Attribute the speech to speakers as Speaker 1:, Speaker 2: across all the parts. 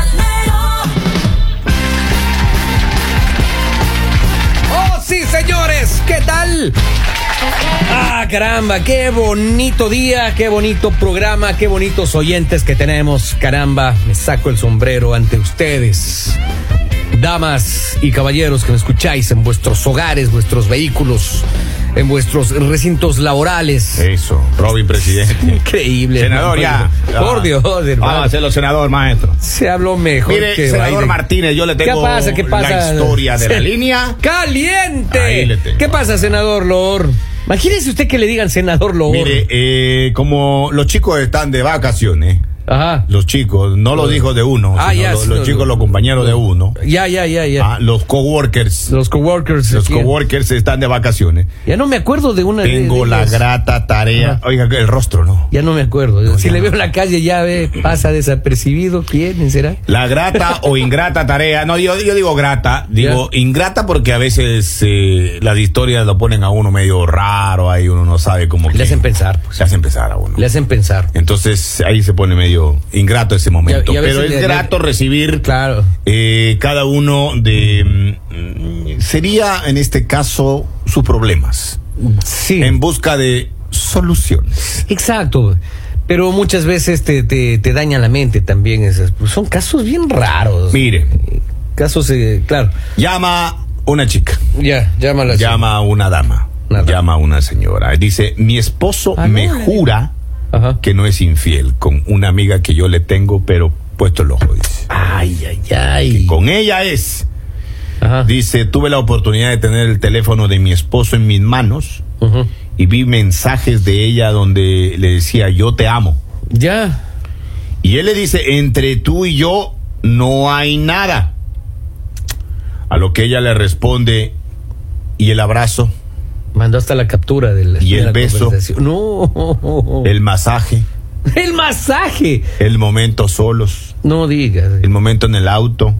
Speaker 1: ¡Oh, Ah, caramba, qué bonito día, qué bonito programa, qué bonitos oyentes que tenemos, caramba, me saco el sombrero ante ustedes. Damas y caballeros que me escucháis en vuestros hogares, vuestros vehículos, en vuestros recintos laborales.
Speaker 2: Eso, Robin, presidente.
Speaker 1: Increíble.
Speaker 2: Senador,
Speaker 1: hermano.
Speaker 2: ya.
Speaker 1: Por
Speaker 2: Ah.
Speaker 1: Dios,
Speaker 2: Vamos
Speaker 1: hermano.
Speaker 2: a hacerlo, senador, maestro.
Speaker 1: Se habló mejor
Speaker 2: Mire,
Speaker 1: que
Speaker 2: senador
Speaker 1: Biden.
Speaker 2: Martínez, yo le
Speaker 1: ¿Qué
Speaker 2: tengo
Speaker 1: pasa? ¿Qué pasa?
Speaker 2: la historia de la
Speaker 1: Se-
Speaker 2: línea. Ahí le
Speaker 1: ¡Caliente!
Speaker 2: tengo.
Speaker 1: ¿Qué pasa, senador Loor? Imagínese usted que le digan senador Loor.
Speaker 2: Mire, eh, como los chicos están de vacaciones,
Speaker 1: Ajá.
Speaker 2: los chicos, no los hijos de uno,
Speaker 1: Ah,
Speaker 2: sino
Speaker 1: ya,
Speaker 2: los,
Speaker 1: sí,
Speaker 2: los
Speaker 1: no,
Speaker 2: chicos,
Speaker 1: no.
Speaker 2: los compañeros de uno,
Speaker 1: Ya, ya, ya, ya.
Speaker 2: ah, los coworkers,
Speaker 1: Los coworkers.
Speaker 2: los
Speaker 1: aquí.
Speaker 2: coworkers están de vacaciones.
Speaker 1: Ya no me acuerdo de una. de-
Speaker 2: Tengo
Speaker 1: de
Speaker 2: la
Speaker 1: ellas.
Speaker 2: grata tarea.
Speaker 1: Ajá.
Speaker 2: Oiga, el rostro, ¿no?
Speaker 1: Ya no me acuerdo. si
Speaker 2: ya
Speaker 1: le
Speaker 2: no.
Speaker 1: veo en la calle ya ve, pasa desapercibido. ¿Quién será?
Speaker 2: La grata o ingrata tarea. No, yo, yo digo grata, digo ingrata porque a veces eh, las historias lo ponen a uno medio raro, ahí uno no sabe cómo.
Speaker 1: Le
Speaker 2: que-
Speaker 1: hacen pensar, pues.
Speaker 2: Le hacen pensar a uno.
Speaker 1: Le hacen pensar.
Speaker 2: Entonces ahí se pone medio ingrato ese momento.
Speaker 1: Y a- y a veces
Speaker 2: Pero es
Speaker 1: le- le-
Speaker 2: grato recibir
Speaker 1: Claro.
Speaker 2: eh, cada uno de... mm, sería en este caso sus problemas.
Speaker 1: Sí.
Speaker 2: En busca de soluciones.
Speaker 1: Exacto. Pero muchas veces te, te, te daña la mente también. Esas. Pues son casos bien raros.
Speaker 2: Mire,
Speaker 1: Casos, eh, claro.
Speaker 2: llama una chica.
Speaker 1: Ya, llámala. así.
Speaker 2: Llama a una dama.
Speaker 1: Una dama.
Speaker 2: Llama a una señora. Dice, mi esposo
Speaker 1: Ah, no,
Speaker 2: me
Speaker 1: la de-
Speaker 2: jura
Speaker 1: Ajá.
Speaker 2: que no es infiel con una amiga que yo le tengo, pero puesto el ojo, dice.
Speaker 1: Ay, ay,
Speaker 2: Que
Speaker 1: ay.
Speaker 2: con ella es.
Speaker 1: Ajá.
Speaker 2: Dice, tuve la oportunidad de tener el teléfono de mi esposo en mis manos
Speaker 1: Ujú.
Speaker 2: y vi mensajes de ella donde le decía, yo te amo.
Speaker 1: Ya.
Speaker 2: Y él le dice, entre tú y yo no hay nada. A lo que ella le responde, y el abrazo,
Speaker 1: Mandó hasta la captura del.
Speaker 2: Y
Speaker 1: de
Speaker 2: el
Speaker 1: la
Speaker 2: beso.
Speaker 1: conversación. No.
Speaker 2: el masaje,
Speaker 1: El masaje.
Speaker 2: el momento solos.
Speaker 1: No digas.
Speaker 2: el momento en el auto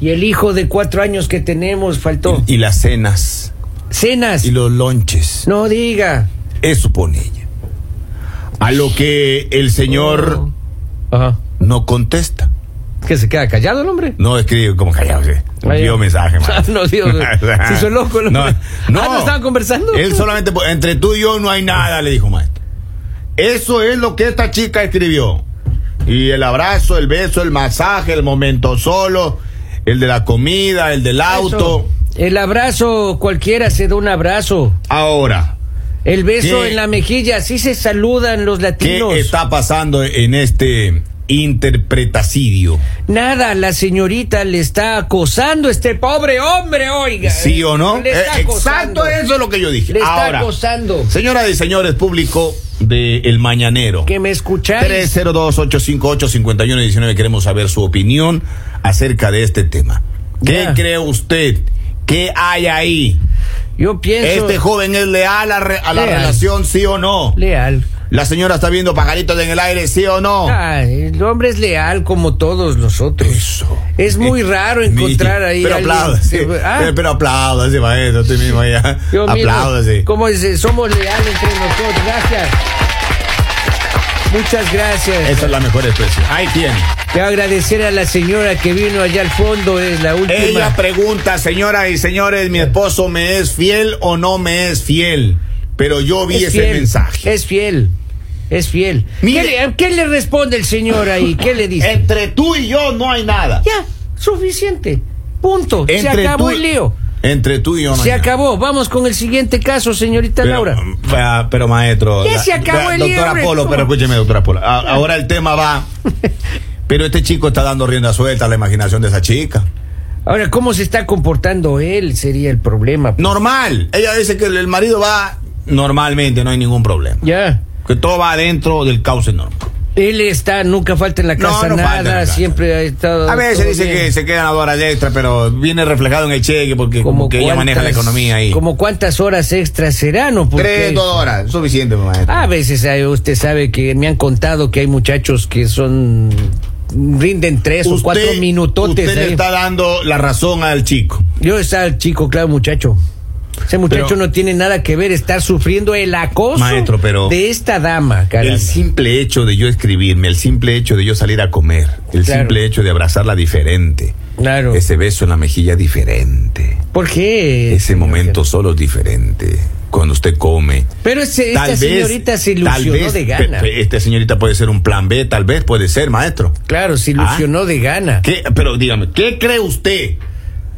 Speaker 1: Y el hijo de cuatro años que tenemos faltó.
Speaker 2: y las cenas
Speaker 1: Cenas.
Speaker 2: y los lonches.
Speaker 1: No diga.
Speaker 2: Eso pone ella. A lo que el
Speaker 1: Oh.
Speaker 2: señor
Speaker 1: Ajá.
Speaker 2: no contesta.
Speaker 1: Que se queda callado el hombre.
Speaker 2: No escribe como callado. sí.
Speaker 1: Ay,
Speaker 2: Dio
Speaker 1: ya.
Speaker 2: mensaje, man.
Speaker 1: No dio- se hizo loco el
Speaker 2: No,
Speaker 1: hombre.
Speaker 2: no.
Speaker 1: Ah, ¿no estaban conversando?
Speaker 2: Él solamente, po- entre tú y yo no hay nada, le dijo maestro. Eso es lo que esta chica escribió. Y el abrazo, el beso, el masaje, el momento solo, el de la comida, el del auto.
Speaker 1: El abrazo, cualquiera se da un abrazo.
Speaker 2: Ahora,
Speaker 1: El beso
Speaker 2: ¿Qué?
Speaker 1: en la mejilla, así se saludan los
Speaker 2: ¿Qué
Speaker 1: latinos.
Speaker 2: está pasando en este interpretacidio?
Speaker 1: Nada, la señorita le está acosando a este pobre hombre, oiga.
Speaker 2: ¿Sí o no?
Speaker 1: Le está
Speaker 2: Eh,
Speaker 1: acosando.
Speaker 2: exacto, eso es lo que yo dije.
Speaker 1: Le está
Speaker 2: Ahora,
Speaker 1: acosando.
Speaker 2: señoras y señores, público de El Mañanero.
Speaker 1: Que me escucháis.
Speaker 2: 302-858-5119. Queremos saber su opinión acerca de este tema. ¿Qué
Speaker 1: Ya.
Speaker 2: cree usted? ¿Qué hay ahí?
Speaker 1: Yo pienso.
Speaker 2: ¿Este joven es leal a, re- a la
Speaker 1: Leal.
Speaker 2: relación, sí o no?
Speaker 1: Leal.
Speaker 2: ¿La señora está viendo pajaritos en el aire, sí o no?
Speaker 1: Ah, el hombre es leal como todos nosotros.
Speaker 2: Eso.
Speaker 1: Es muy raro encontrar ahí.
Speaker 2: Eh, Pero
Speaker 1: alguien-
Speaker 2: apláudase.
Speaker 1: Ah,
Speaker 2: Pero, pero apláudase, maestro. Usted mismo ya.
Speaker 1: yo mismo,
Speaker 2: Apláudase.
Speaker 1: Como es- somos leales entre nosotros. Gracias. Muchas gracias.
Speaker 2: Esa es la mejor expresión. Ahí tiene.
Speaker 1: Quiero agradecer a la señora que vino allá al fondo. Es la última.
Speaker 2: Ella pregunta, señoras y señores, ¿mi esposo me es fiel o no me es fiel? Pero yo vi ese
Speaker 1: fiel,
Speaker 2: mensaje.
Speaker 1: Es fiel. Es fiel.
Speaker 2: Mire.
Speaker 1: ¿Qué le, qué le responde el señor ahí? ¿Qué le dice?
Speaker 2: Entre tú y yo no hay nada.
Speaker 1: Ya, suficiente. Punto. Se
Speaker 2: Entre
Speaker 1: acabó
Speaker 2: tú-
Speaker 1: el lío.
Speaker 2: Entre tú y yo no
Speaker 1: Se
Speaker 2: hay nada.
Speaker 1: acabó. Vamos con el siguiente caso, señorita
Speaker 2: Pero,
Speaker 1: Laura.
Speaker 2: ah, pero, maestro.
Speaker 1: Ya se acabó el
Speaker 2: Doctora
Speaker 1: liebre,
Speaker 2: Polo,
Speaker 1: ¿cómo?
Speaker 2: pero escúcheme, doctora Polo. A- ahora el tema va. Pero este chico está dando rienda suelta a la imaginación de esa chica.
Speaker 1: Ahora, ¿cómo se está comportando él? Sería el problema.
Speaker 2: Normal. Ella dice que el marido va normalmente, no hay ningún problema.
Speaker 1: Ya.
Speaker 2: Que todo va dentro del cauce normal.
Speaker 1: Él está, nunca falta en la
Speaker 2: No,
Speaker 1: casa
Speaker 2: no falta
Speaker 1: nada,
Speaker 2: en la casa.
Speaker 1: siempre ha estado.
Speaker 2: A veces
Speaker 1: Ah, todo
Speaker 2: dice
Speaker 1: bien.
Speaker 2: que se quedan a horas extra, pero viene reflejado en el cheque porque como, que ella
Speaker 1: cuántas-
Speaker 2: maneja la economía ahí.
Speaker 1: Como cuántas horas extras serán o por qué?
Speaker 2: Tres,
Speaker 1: Ah,
Speaker 2: dos horas, suficiente, maestro.
Speaker 1: A veces hay- usted sabe que me han contado que hay muchachos que son rinden tres o cuatro minutotes. eh.
Speaker 2: Usted
Speaker 1: ahí.
Speaker 2: le está dando la razón al chico.
Speaker 1: Yo está chico, claro, muchacho. Ese muchacho
Speaker 2: Pero-
Speaker 1: no tiene nada que ver estar sufriendo el acoso
Speaker 2: Maestro, pero-
Speaker 1: de esta dama, caramba.
Speaker 2: El simple hecho de yo escribirme, el simple hecho de yo salir a comer, el
Speaker 1: Claro.
Speaker 2: simple hecho de abrazarla diferente,
Speaker 1: Claro.
Speaker 2: ese beso en la mejilla diferente.
Speaker 1: ¿Por qué?
Speaker 2: Ese
Speaker 1: señor
Speaker 2: momento solo es diferente. cuando usted come.
Speaker 1: Pero ese- esta señorita se ilusionó
Speaker 2: tal vez,
Speaker 1: de gana.
Speaker 2: pe- pe- Esta señorita puede ser un plan B, tal vez puede ser, maestro.
Speaker 1: Claro, se
Speaker 2: Ah.
Speaker 1: ilusionó de gana.
Speaker 2: ¿Qué? Pero dígame, ¿qué cree usted?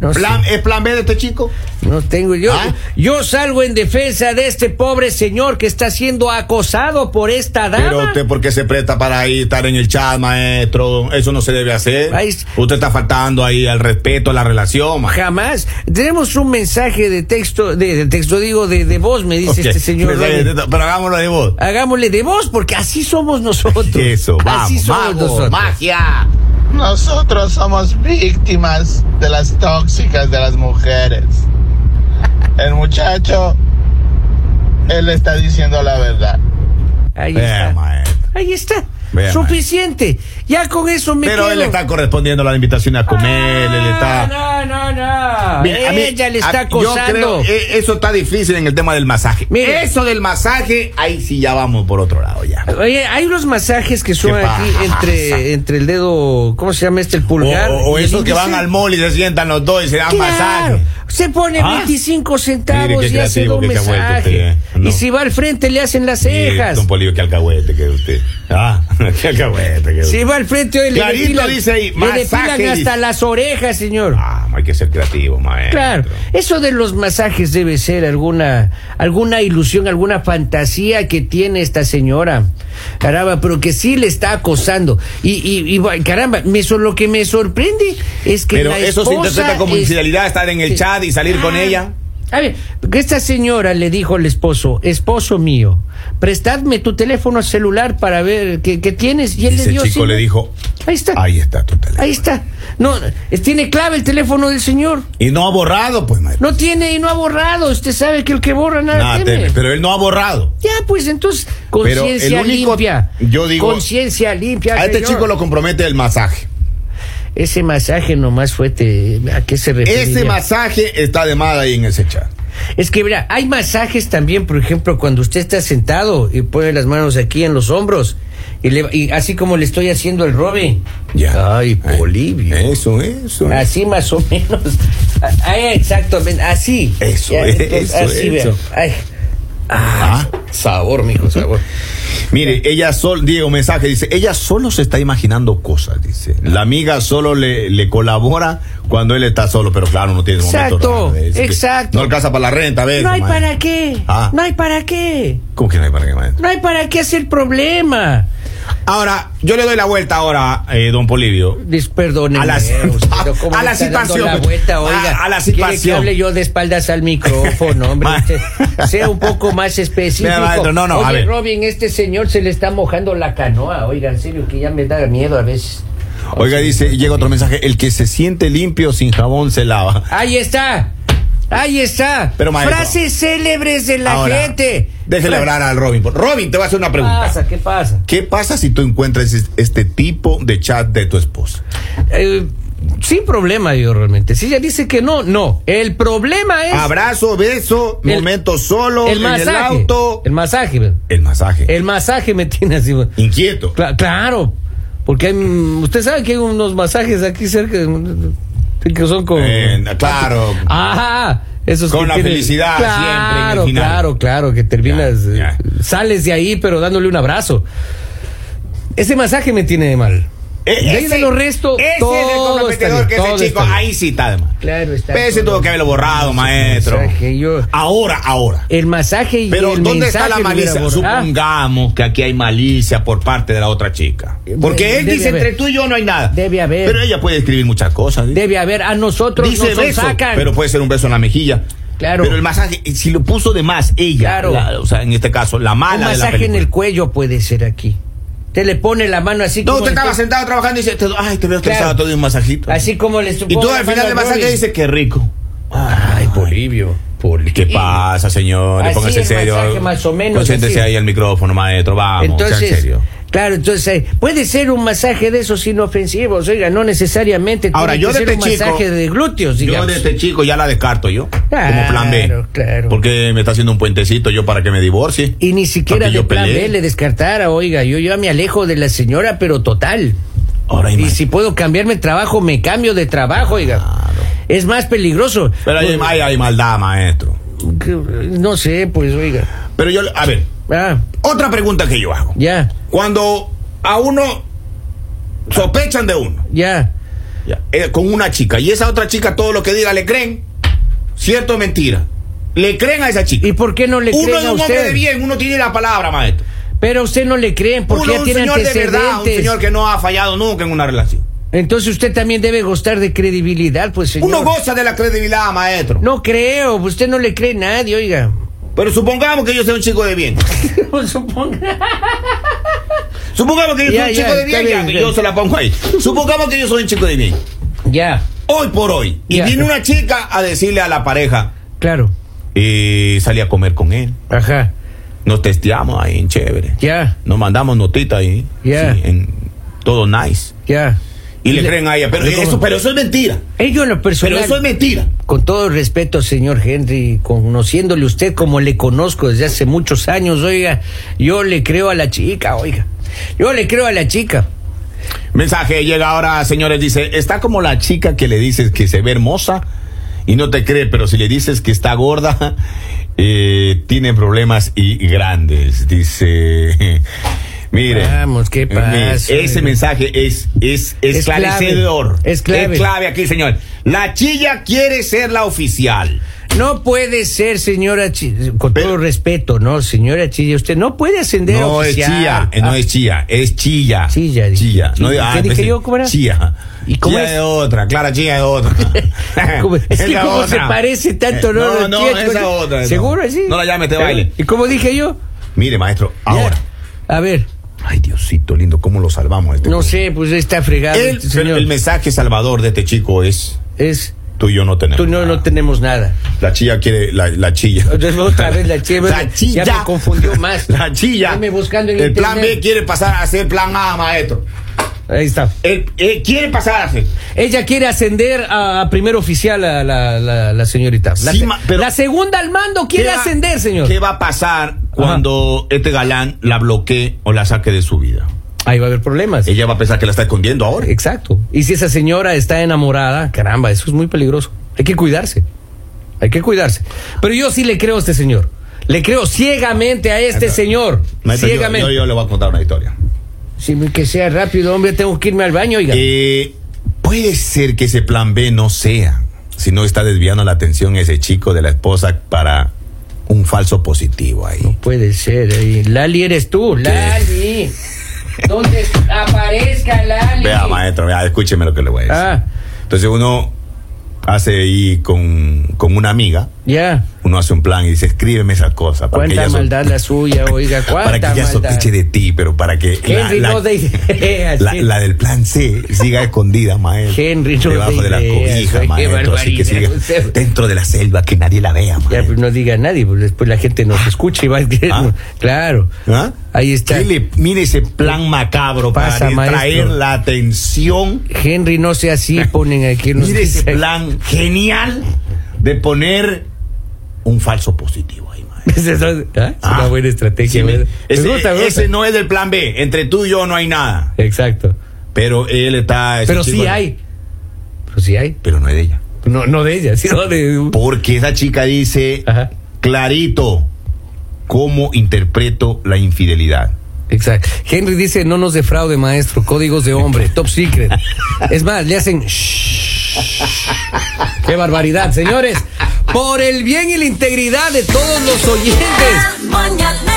Speaker 1: No,
Speaker 2: Plan-
Speaker 1: sé,
Speaker 2: ¿Es plan B de este chico?
Speaker 1: no tengo yo.
Speaker 2: ¿Ah?
Speaker 1: Yo salgo en defensa de este pobre señor que está siendo acosado por esta dama.
Speaker 2: Pero usted, ¿por qué se presta para ahí estar en el chat, maestro? Eso no se debe hacer.
Speaker 1: Ahí es-
Speaker 2: Usted está faltando ahí al respeto, a la relación, maestro.
Speaker 1: Jamás. Tenemos un mensaje de texto, de, de texto digo, de, de voz, me dice
Speaker 2: Ok,
Speaker 1: este señor.
Speaker 2: mensaje de
Speaker 1: Dani.
Speaker 2: texto, Pero hagámoslo de voz.
Speaker 1: Hagámosle de voz porque así somos nosotros.
Speaker 2: Eso,
Speaker 1: así
Speaker 2: vamos,
Speaker 1: somos
Speaker 2: vamos,
Speaker 1: nosotros.
Speaker 2: magia.
Speaker 3: Nosotros somos víctimas de las tóxicas de las mujeres. El muchacho, él está diciendo la verdad.
Speaker 1: Ahí
Speaker 2: Eh,
Speaker 1: está.
Speaker 2: maestro.
Speaker 1: Ahí está.
Speaker 2: Vea,
Speaker 1: Suficiente. Ya con eso me
Speaker 2: Pero
Speaker 1: quedo.
Speaker 2: él está correspondiendo a las invitaciones a comer, él está...
Speaker 1: Ah, No, no, no.
Speaker 2: Mire, a mí-
Speaker 1: Ella le
Speaker 2: a-
Speaker 1: está acosando.
Speaker 2: Yo creo, eh, eso está difícil en el tema del masaje.
Speaker 1: Mire.
Speaker 2: Eso del masaje, ahí sí ya vamos por otro lado ya.
Speaker 1: Oye, hay unos masajes que son
Speaker 2: ¿Qué
Speaker 1: aquí
Speaker 2: pasa?
Speaker 1: entre, entre el dedo, ¿cómo se llama este? El
Speaker 2: O,
Speaker 1: pulgar.
Speaker 2: o- o
Speaker 1: y el
Speaker 2: esos que van
Speaker 1: índice.
Speaker 2: al mall y se sientan los dos y se dan
Speaker 1: Claro,
Speaker 2: masaje.
Speaker 1: se pone
Speaker 2: ¿Ah?
Speaker 1: 25 centavos
Speaker 2: Mire qué
Speaker 1: y hace
Speaker 2: creativo
Speaker 1: un
Speaker 2: que se ha vuelto
Speaker 1: masaje.
Speaker 2: usted, ¿eh? No.
Speaker 1: Y si va al frente le hacen las
Speaker 2: Mire,
Speaker 1: cejas.
Speaker 2: Don Polivio, qué alcahuete que usted. Ah, qué alcahuete que
Speaker 1: Si
Speaker 2: usted.
Speaker 1: va al frente hoy le
Speaker 2: Clarito
Speaker 1: depilan,
Speaker 2: dice ahí,
Speaker 1: le
Speaker 2: masaje,
Speaker 1: depilan
Speaker 2: dice.
Speaker 1: hasta las orejas, señor.
Speaker 2: Ah, hay que ser creativo, maestro.
Speaker 1: Claro, eso de los masajes debe ser alguna alguna ilusión, alguna fantasía que tiene esta señora. Caramba, pero que sí le está acosando. Y, y, y, bueno, caramba, me, so- lo que me sorprende es que
Speaker 2: Pero
Speaker 1: la
Speaker 2: eso se
Speaker 1: esposa
Speaker 2: interpreta como
Speaker 1: es-
Speaker 2: infidelidad, estar en el
Speaker 1: Sí.
Speaker 2: chat y salir con
Speaker 1: Ah.
Speaker 2: ella.
Speaker 1: A ver, que esta señora le dijo al esposo, esposo mío, prestadme tu teléfono celular para ver qué, qué tienes. Y él
Speaker 2: Y
Speaker 1: le
Speaker 2: ese
Speaker 1: dio
Speaker 2: chico
Speaker 1: sí,
Speaker 2: le dijo,
Speaker 1: Ahí está.
Speaker 2: ahí está tu teléfono.
Speaker 1: Ahí está. No, es- tiene clave el teléfono del señor.
Speaker 2: Y no ha borrado, pues, maestro.
Speaker 1: No tiene y no ha borrado. Usted sabe que el que borra nada,
Speaker 2: Nada
Speaker 1: teme.
Speaker 2: teme, pero él no ha borrado.
Speaker 1: Ya, pues entonces,
Speaker 2: Pero el
Speaker 1: conciencia
Speaker 2: único-
Speaker 1: limpia.
Speaker 2: yo digo-
Speaker 1: Conciencia limpia.
Speaker 2: A este
Speaker 1: señor.
Speaker 2: chico lo compromete el masaje.
Speaker 1: Ese masaje nomás fue. te- ¿A qué se refiere?
Speaker 2: Ese masaje está de más ahí en ese chat.
Speaker 1: Es que, mira, hay masajes también, por ejemplo, cuando usted está sentado y pone las manos aquí en los hombros, y, le- y así como le estoy haciendo el Robin.
Speaker 2: Ya.
Speaker 1: Ay,
Speaker 2: Ay,
Speaker 1: Polivio.
Speaker 2: Eso, eso.
Speaker 1: Así más o menos. Ay, exactamente, así.
Speaker 2: Eso, eso,
Speaker 1: así, vea.
Speaker 2: eso.
Speaker 1: Ay.
Speaker 2: Ah.
Speaker 1: Sabor, mijo, sabor.
Speaker 2: Mire, ella solo, Diego, mensaje, dice, ella solo se está imaginando cosas, dice. La amiga solo le, le colabora cuando él está solo, pero claro, no tiene momento.
Speaker 1: Exacto,
Speaker 2: raro, es que
Speaker 1: exacto.
Speaker 2: No alcanza para la renta, ¿ves?
Speaker 1: No hay
Speaker 2: maestro?
Speaker 1: para qué.
Speaker 2: Ah.
Speaker 1: No hay para qué.
Speaker 2: ¿Cómo que no hay para qué, maestro?
Speaker 1: No hay para qué hacer problema.
Speaker 2: Ahora, yo le doy la vuelta ahora, eh, don Polivio.
Speaker 1: Dis- Perdónenme,
Speaker 2: A la-
Speaker 1: eh, usted, pero ¿cómo
Speaker 2: a
Speaker 1: le
Speaker 2: la
Speaker 1: está dando
Speaker 2: situación. pues.
Speaker 1: la vuelta, oiga?
Speaker 2: A- a
Speaker 1: ¿Quiere
Speaker 2: la
Speaker 1: que
Speaker 2: situación.
Speaker 1: hable yo de espaldas al micrófono, hombre?
Speaker 2: Ma-
Speaker 1: Usted sea un poco más específico.
Speaker 2: Mira, maestro, no, no,
Speaker 1: Oye,
Speaker 2: a ver.
Speaker 1: Robin, este señor se le está mojando la canoa, oiga, en serio, que ya me da miedo a veces.
Speaker 2: Oiga, dice, llega otro mensaje, el que se siente limpio sin jabón se lava.
Speaker 1: Ahí está. Ahí está.
Speaker 2: Pero, maestro.
Speaker 1: Frases célebres de la
Speaker 2: Ahora,
Speaker 1: gente. Pues
Speaker 2: Déjele
Speaker 1: Fra-
Speaker 2: hablar al Robin. por- Robin, te voy a hacer una
Speaker 1: ¿Qué
Speaker 2: pregunta.
Speaker 1: pasa? ¿Qué pasa?
Speaker 2: ¿Qué pasa si tú encuentras es- este tipo de chat de tu esposa?
Speaker 1: Eh, sin problema, yo realmente. Si ella dice que no, no. El problema es.
Speaker 2: Abrazo, beso,
Speaker 1: El-
Speaker 2: momento solo,
Speaker 1: el
Speaker 2: en
Speaker 1: masaje.
Speaker 2: el auto.
Speaker 1: El masaje.
Speaker 2: El masaje.
Speaker 1: El masaje me tiene así. güey.
Speaker 2: Inquieto.
Speaker 1: Cla- claro. Porque hay, mm, usted sabe que hay unos masajes aquí cerca mm, que son con.
Speaker 2: Eh, claro.
Speaker 1: Ajá. Esos
Speaker 2: Con
Speaker 1: que
Speaker 2: la
Speaker 1: tienen-
Speaker 2: felicidad siempre en el
Speaker 1: claro,
Speaker 2: final.
Speaker 1: Claro, claro, que terminas.
Speaker 2: Ya,
Speaker 1: eh,
Speaker 2: ya.
Speaker 1: Sales de ahí, pero dándole un abrazo. Ese masaje me tiene mal.
Speaker 2: Eh,
Speaker 1: de ahí
Speaker 2: ese-
Speaker 1: de lo resto.
Speaker 2: Ese es el
Speaker 1: todo
Speaker 2: comprometedor
Speaker 1: está
Speaker 2: que
Speaker 1: bien,
Speaker 2: ese
Speaker 1: todo
Speaker 2: chico.
Speaker 1: está bien.
Speaker 2: Ahí sí está, además.
Speaker 1: Claro, está
Speaker 2: Pero Pues, ese
Speaker 1: todo.
Speaker 2: tuvo que haberlo borrado, maestro.
Speaker 1: mensaje, yo-
Speaker 2: Ahora, ahora.
Speaker 1: El masaje y
Speaker 2: Pero
Speaker 1: el
Speaker 2: ¿dónde está la
Speaker 1: mensaje lo hubiera
Speaker 2: malicia?
Speaker 1: borrado.
Speaker 2: Supongamos que aquí hay malicia por parte de la otra chica. Porque
Speaker 1: Debe-
Speaker 2: él
Speaker 1: Eh, debe
Speaker 2: dice,
Speaker 1: haber.
Speaker 2: entre tú y yo no hay nada.
Speaker 1: Debe haber.
Speaker 2: Pero ella puede escribir muchas cosas. ¿sí?
Speaker 1: Ah, Debe haber a nosotros
Speaker 2: Dice
Speaker 1: nos lo
Speaker 2: beso,
Speaker 1: sacan.
Speaker 2: pero puede ser un beso en la mejilla.
Speaker 1: Claro.
Speaker 2: Pero el masaje, eh, si lo puso de más ella,
Speaker 1: Claro.
Speaker 2: la- o sea, en este caso, la
Speaker 1: un
Speaker 2: mala de la
Speaker 1: masaje en
Speaker 2: película.
Speaker 1: el cuello puede ser aquí. Te le pone la mano así
Speaker 2: No,
Speaker 1: como
Speaker 2: usted
Speaker 1: le-
Speaker 2: estaba sentado trabajando y dice, te- ay, te veo estresado,
Speaker 1: Claro.
Speaker 2: te doy un masajito.
Speaker 1: así como le
Speaker 2: y
Speaker 1: supongo
Speaker 2: tú
Speaker 1: la
Speaker 2: al
Speaker 1: mano
Speaker 2: final del masaje
Speaker 1: Rolly.
Speaker 2: dices, qué rico.
Speaker 1: Ay, Polivio.
Speaker 2: ¿Qué pasa, señores?
Speaker 1: Así
Speaker 2: Pónganse
Speaker 1: es,
Speaker 2: serio.
Speaker 1: masaje, más o menos,
Speaker 2: Concéntrese
Speaker 1: así.
Speaker 2: ahí al micrófono, maestro. Vamos, sea
Speaker 1: Entonces,
Speaker 2: serio.
Speaker 1: claro, entonces eh, puede ser un masaje de esos inofensivos, oiga, no necesariamente
Speaker 2: Ahora,
Speaker 1: tiene
Speaker 2: yo
Speaker 1: que
Speaker 2: de
Speaker 1: ser
Speaker 2: este
Speaker 1: un
Speaker 2: chico-
Speaker 1: masaje de glúteos,
Speaker 2: Yo
Speaker 1: digamos.
Speaker 2: de este chico ya la descarto yo. como plan B.
Speaker 1: Claro, claro.
Speaker 2: Porque me está haciendo un puentecito yo para que me divorcie.
Speaker 1: Y ni siquiera
Speaker 2: Para que
Speaker 1: de
Speaker 2: yo
Speaker 1: plan
Speaker 2: pelee.
Speaker 1: B le descartara, oiga, yo ya me alejo de la señora, pero total.
Speaker 2: Ahora
Speaker 1: Y
Speaker 2: imagínate.
Speaker 1: si puedo cambiarme de trabajo, me cambio de trabajo, oiga.
Speaker 2: Claro.
Speaker 1: Es más peligroso.
Speaker 2: Pero hay,
Speaker 1: Bueno,
Speaker 2: hay- hay maldad, maestro.
Speaker 1: que- No sé, pues, oiga.
Speaker 2: Pero yo, a ver,
Speaker 1: Ah,
Speaker 2: otra pregunta que yo hago.
Speaker 1: ya,
Speaker 2: Cuando a uno sospechan de uno
Speaker 1: ya.
Speaker 2: eh, con una chica y esa otra chica todo lo que diga le creen, cierto o mentira, le creen a esa chica.
Speaker 1: ¿Y por qué no le
Speaker 2: uno
Speaker 1: creen
Speaker 2: es
Speaker 1: a
Speaker 2: un hombre de
Speaker 1: usted?
Speaker 2: bien, uno tiene la palabra, maestro.
Speaker 1: Pero a usted no le creen porque
Speaker 2: uno es
Speaker 1: ya
Speaker 2: un
Speaker 1: tiene
Speaker 2: señor de
Speaker 1: antecedentes.
Speaker 2: verdad, un señor que no ha fallado nunca en una relación.
Speaker 1: Entonces usted también debe gustar de credibilidad, pues, señor.
Speaker 2: Uno goza de la credibilidad, maestro.
Speaker 1: No creo, usted no le cree a nadie, oiga.
Speaker 2: Pero supongamos que yo sea un chico de bien.
Speaker 1: Suponga.
Speaker 2: Supongamos que yo
Speaker 1: Pues Ya,
Speaker 2: soy un
Speaker 1: ya,
Speaker 2: chico de
Speaker 1: está
Speaker 2: bien, ya,
Speaker 1: bien,
Speaker 2: que
Speaker 1: ya.
Speaker 2: yo se la pongo ahí. Supongamos que yo soy un chico de bien.
Speaker 1: Ya,
Speaker 2: Hoy por hoy. Y
Speaker 1: Ya.
Speaker 2: viene una chica a decirle a la pareja,
Speaker 1: claro.
Speaker 2: y salí a comer con él.
Speaker 1: Ajá,
Speaker 2: Nos testeamos ahí en chévere.
Speaker 1: ya,
Speaker 2: Nos mandamos notita ahí.
Speaker 1: Ya.
Speaker 2: sí, en todo nice.
Speaker 1: ya.
Speaker 2: Y, le,
Speaker 1: le-
Speaker 2: creen a ella. Pero
Speaker 1: le como-
Speaker 2: eso, pero eso es mentira.
Speaker 1: Ello en lo personal.
Speaker 2: Pero eso es mentira.
Speaker 1: Con todo el respeto, señor Henry, conociéndole usted como le conozco desde hace muchos años, oiga, yo le creo a la chica, oiga. Yo le creo a la chica.
Speaker 2: Mensaje llega ahora, señores. Dice: Está como la chica que le dices que se ve hermosa y no te cree, pero si le dices que está gorda, eh, tiene problemas y grandes. Dice. Mire.
Speaker 1: Vamos, ¿qué pasa?
Speaker 2: Ese mensaje es, es,
Speaker 1: Es clave,
Speaker 2: esclarecedor.
Speaker 1: es clave.
Speaker 2: Es clave aquí, señor. La chilla quiere ser la oficial.
Speaker 1: No puede ser, señora Chilla, con
Speaker 2: Pero-
Speaker 1: todo respeto, no, señora Chilla, usted no puede ascender a
Speaker 2: No es
Speaker 1: oficial.
Speaker 2: chía, eh, no
Speaker 1: Ah,
Speaker 2: es chía, es chilla.
Speaker 1: Chilla, dije.
Speaker 2: Chilla. No,
Speaker 1: Chilla.
Speaker 2: ah,
Speaker 1: ¿Qué dije
Speaker 2: pensé,
Speaker 1: yo? ¿Cómo era?
Speaker 2: Chía.
Speaker 1: ¿Y cómo
Speaker 2: Chía
Speaker 1: es?
Speaker 2: es? otra, Clara Chía es otra.
Speaker 1: ¿Cómo- es que
Speaker 2: la
Speaker 1: cómo se
Speaker 2: otra.
Speaker 1: parece tanto,
Speaker 2: Eh,
Speaker 1: ¿no?
Speaker 2: No, no,
Speaker 1: Chilla,
Speaker 2: esa
Speaker 1: chico,
Speaker 2: otra. no.
Speaker 1: ¿Seguro? Sí.
Speaker 2: No la llame este
Speaker 1: ¿Seguro?
Speaker 2: baile.
Speaker 1: ¿Y como dije yo?
Speaker 2: Mire, maestro, ahora.
Speaker 1: Ya. A ver,
Speaker 2: Ay, Diosito lindo, ¿cómo lo salvamos a este?
Speaker 1: no
Speaker 2: hombre?
Speaker 1: sé, pues está fregado
Speaker 2: El,
Speaker 1: este
Speaker 2: pero
Speaker 1: señor.
Speaker 2: el mensaje salvador de este chico es:
Speaker 1: es,
Speaker 2: tú y yo no tenemos.
Speaker 1: tú no,
Speaker 2: nada.
Speaker 1: no tenemos nada.
Speaker 2: La chilla quiere la, la chilla.
Speaker 1: Entonces, otra vez la chilla.
Speaker 2: La chilla.
Speaker 1: Ya me confundió más.
Speaker 2: La chilla.
Speaker 1: Deme buscando en
Speaker 2: el plan
Speaker 1: internet.
Speaker 2: B quiere pasar a ser plan A, maestro.
Speaker 1: Ahí está.
Speaker 2: El- eh, quiere pasar a ser.
Speaker 1: Ella quiere ascender a, a primer oficial a la, la- la señorita. La,
Speaker 2: Sí,
Speaker 1: se-
Speaker 2: ma- pero-
Speaker 1: la segunda al mando
Speaker 2: ¿Qué
Speaker 1: quiere
Speaker 2: va-
Speaker 1: ascender, señor.
Speaker 2: ¿Qué va a pasar cuando este galán la bloquee o la saque de su vida?
Speaker 1: Ahí va a haber problemas.
Speaker 2: Ella va a pensar que la está escondiendo ahora.
Speaker 1: Exacto. Y si esa señora está enamorada, caramba, eso es muy peligroso. Hay que cuidarse. Hay que cuidarse. Pero yo sí le creo a este señor. Le creo ciegamente a este
Speaker 2: Maestro,
Speaker 1: señor.
Speaker 2: Maestro, yo,
Speaker 1: ciegamente.
Speaker 2: yo- yo le voy a contar una historia.
Speaker 1: Sí, que sea rápido, hombre, tengo que irme al baño, oiga.
Speaker 2: Eh, puede ser que ese plan B no sea, si no está desviando la atención ese chico de la esposa para un falso positivo ahí.
Speaker 1: Puede ser, ahí. Lali eres tú, Lali. Donde aparezca Lali.
Speaker 2: Vea, maestro, vea, escúcheme lo que le voy a decir.
Speaker 1: Ah,
Speaker 2: Entonces uno hace ahí con, con una amiga,
Speaker 1: ya.
Speaker 2: uno hace un plan y dice, escríbeme esa cosa. para que
Speaker 1: Cuánta
Speaker 2: ella so-
Speaker 1: maldad la suya, oiga, cuánta
Speaker 2: para que ella
Speaker 1: maldad.
Speaker 2: sospeche de ti, pero para que la-
Speaker 1: Henry,
Speaker 2: la,
Speaker 1: no de ideas,
Speaker 2: la-
Speaker 1: sí.
Speaker 2: la del plan C siga escondida, maestro.
Speaker 1: Henry, no
Speaker 2: Debajo
Speaker 1: de
Speaker 2: de la
Speaker 1: ideas,
Speaker 2: cobija,
Speaker 1: qué
Speaker 2: maestro. Así que siga
Speaker 1: barbaridad, usted.
Speaker 2: dentro de la selva, que nadie la
Speaker 1: Ya,
Speaker 2: vea, maestro.
Speaker 1: pues, no diga a nadie, pues, después la gente nos escucha y va a creer,
Speaker 2: Ah.
Speaker 1: Claro.
Speaker 2: ¿Ah?
Speaker 1: Ahí está.
Speaker 2: ¿Qué le- mire ese plan macabro
Speaker 1: Pasa,
Speaker 2: para distraer
Speaker 1: maestro.
Speaker 2: la atención.
Speaker 1: Henry, no sea así, ponen aquí unos
Speaker 2: Mire ese plan genial de poner un falso positivo ahí, maestro.
Speaker 1: Esa es otra- ah, es una
Speaker 2: Ah,
Speaker 1: buena estrategia.
Speaker 2: sí, me-
Speaker 1: ¿verdad? Me
Speaker 2: ese,
Speaker 1: gusta, me gusta.
Speaker 2: ese no es del plan B. Entre tú y yo no hay nada.
Speaker 1: Exacto.
Speaker 2: Pero él está. ese
Speaker 1: Pero sí
Speaker 2: chico-
Speaker 1: hay. Pero sí hay.
Speaker 2: Pero no es de ella.
Speaker 1: No, no de ella, sino de.
Speaker 2: Porque esa chica dice
Speaker 1: Ajá.
Speaker 2: clarito cómo interpreto la infidelidad.
Speaker 1: Exacto. Henry dice: No nos defraude, maestro. Códigos de hombre. Top secret. Es más, le hacen. shh. ¡Qué barbaridad, señores! Por el bien y la integridad de todos los oyentes.
Speaker 4: El mañanero